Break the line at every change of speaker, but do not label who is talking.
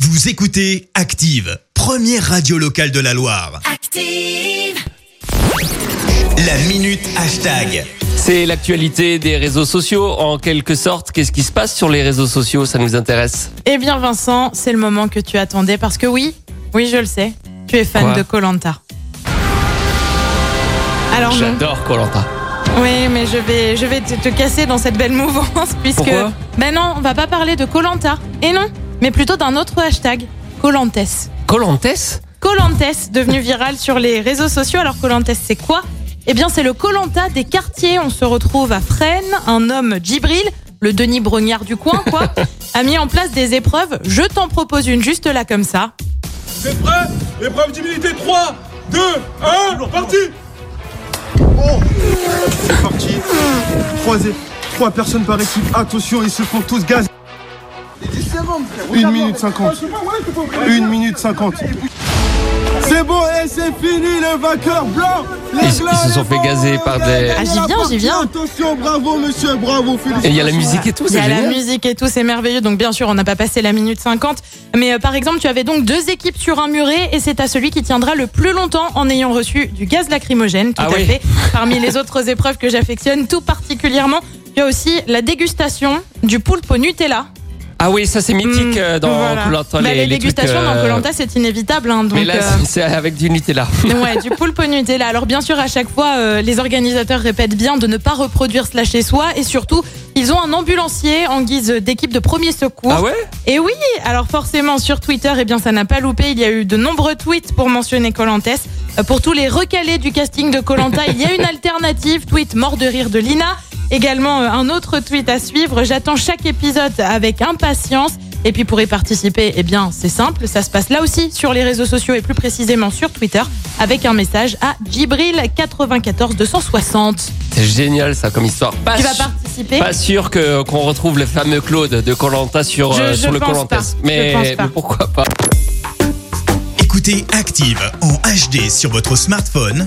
Vous écoutez Active, première radio locale de la Loire.
Active.
La minute hashtag.
C'est l'actualité des réseaux sociaux, en quelque sorte. Qu'est-ce qui se passe sur les réseaux sociaux Ça nous intéresse.
Eh bien Vincent, c'est le moment que tu attendais parce que oui, oui je le sais, tu es fan
Quoi
de Colanta. Alors non.
J'adore Colanta.
oui, mais je vais, je vais te, te casser dans cette belle mouvance puisque
Pourquoi
ben non, on va pas parler de Colanta. Et non, mais plutôt d'un autre hashtag, Colantes.
Colantes
Colantes, devenu viral sur les réseaux sociaux. Alors Colantes, c'est quoi Eh bien, c'est le Colanta des quartiers. On se retrouve à Fresnes. Un homme Djibril, le Denis Brognard du coin, quoi, a mis en place des épreuves. Je t'en propose une juste là comme ça.
Vous êtes prêts Épreuve d'immunité 3, 2, 1, parti
C'est parti. Croisé. Trois personnes par équipe. Attention, ils se font tous gaz. Une minute cinquante. Une minute cinquante. C'est bon, et c'est fini, les vainqueurs blancs. Les
Ils-
blancs,
ils se
les
sont fait
blancs,
gazer
les
par
blancs,
des-
les
Ah, j'y
blancs,
viens, j'y viens.
Attention, bravo, monsieur, bravo,
Et
félicitations.
il y a la musique et tout,
Il y
c'est
a la
génial.
musique et tout, c'est merveilleux. Donc bien sûr, on n'a pas passé la minute 50. Mais euh, par exemple, tu avais donc deux équipes sur un muret et c'est à celui qui tiendra le plus longtemps en ayant reçu du gaz lacrymogène, tout
Ah
à
oui.
fait. Parmi les autres épreuves que j'affectionne tout particulièrement, il y a aussi la dégustation du poulpe au Nutella.
Ah oui, ça c'est mythique
Mm,
euh, dans
voilà.
Koh-Lanta,
Bah,
les,
les,
les trucs,
dégustations
euh,
dans Colanta, c'est inévitable. hein, donc,
Mais là,
euh,
c'est- c'est avec du Nutella.
Ouais, du poulpe au Nutella. Alors bien sûr, à chaque fois, euh, les organisateurs répètent bien de ne pas reproduire cela chez soi et surtout, ils ont un ambulancier en guise d'équipe de premier secours.
Ah ouais
Et oui, alors forcément sur Twitter, eh bien ça n'a pas loupé. Il y a eu de nombreux tweets pour mentionner Colantes. Euh, Pour tous les recalés du casting de Colanta, il y a une alternative. Tweet mort de rire de Lina. Également euh, un autre tweet à suivre. J'attends chaque épisode avec impatience. Et puis pour y participer, eh bien c'est simple, ça se passe là aussi sur les réseaux sociaux et plus précisément sur Twitter avec un message à Jibril 94 260.
C'est génial ça comme histoire. Pas,
Tu vas
su-
participer
pas sûr que qu'on retrouve le fameux Claude de Colanta sur,
Je-
euh,
je
sur le
pense
Colantes.
pas. Je pense
Mais,
pas.
mais pourquoi pas
Écoutez Active en HD sur votre smartphone,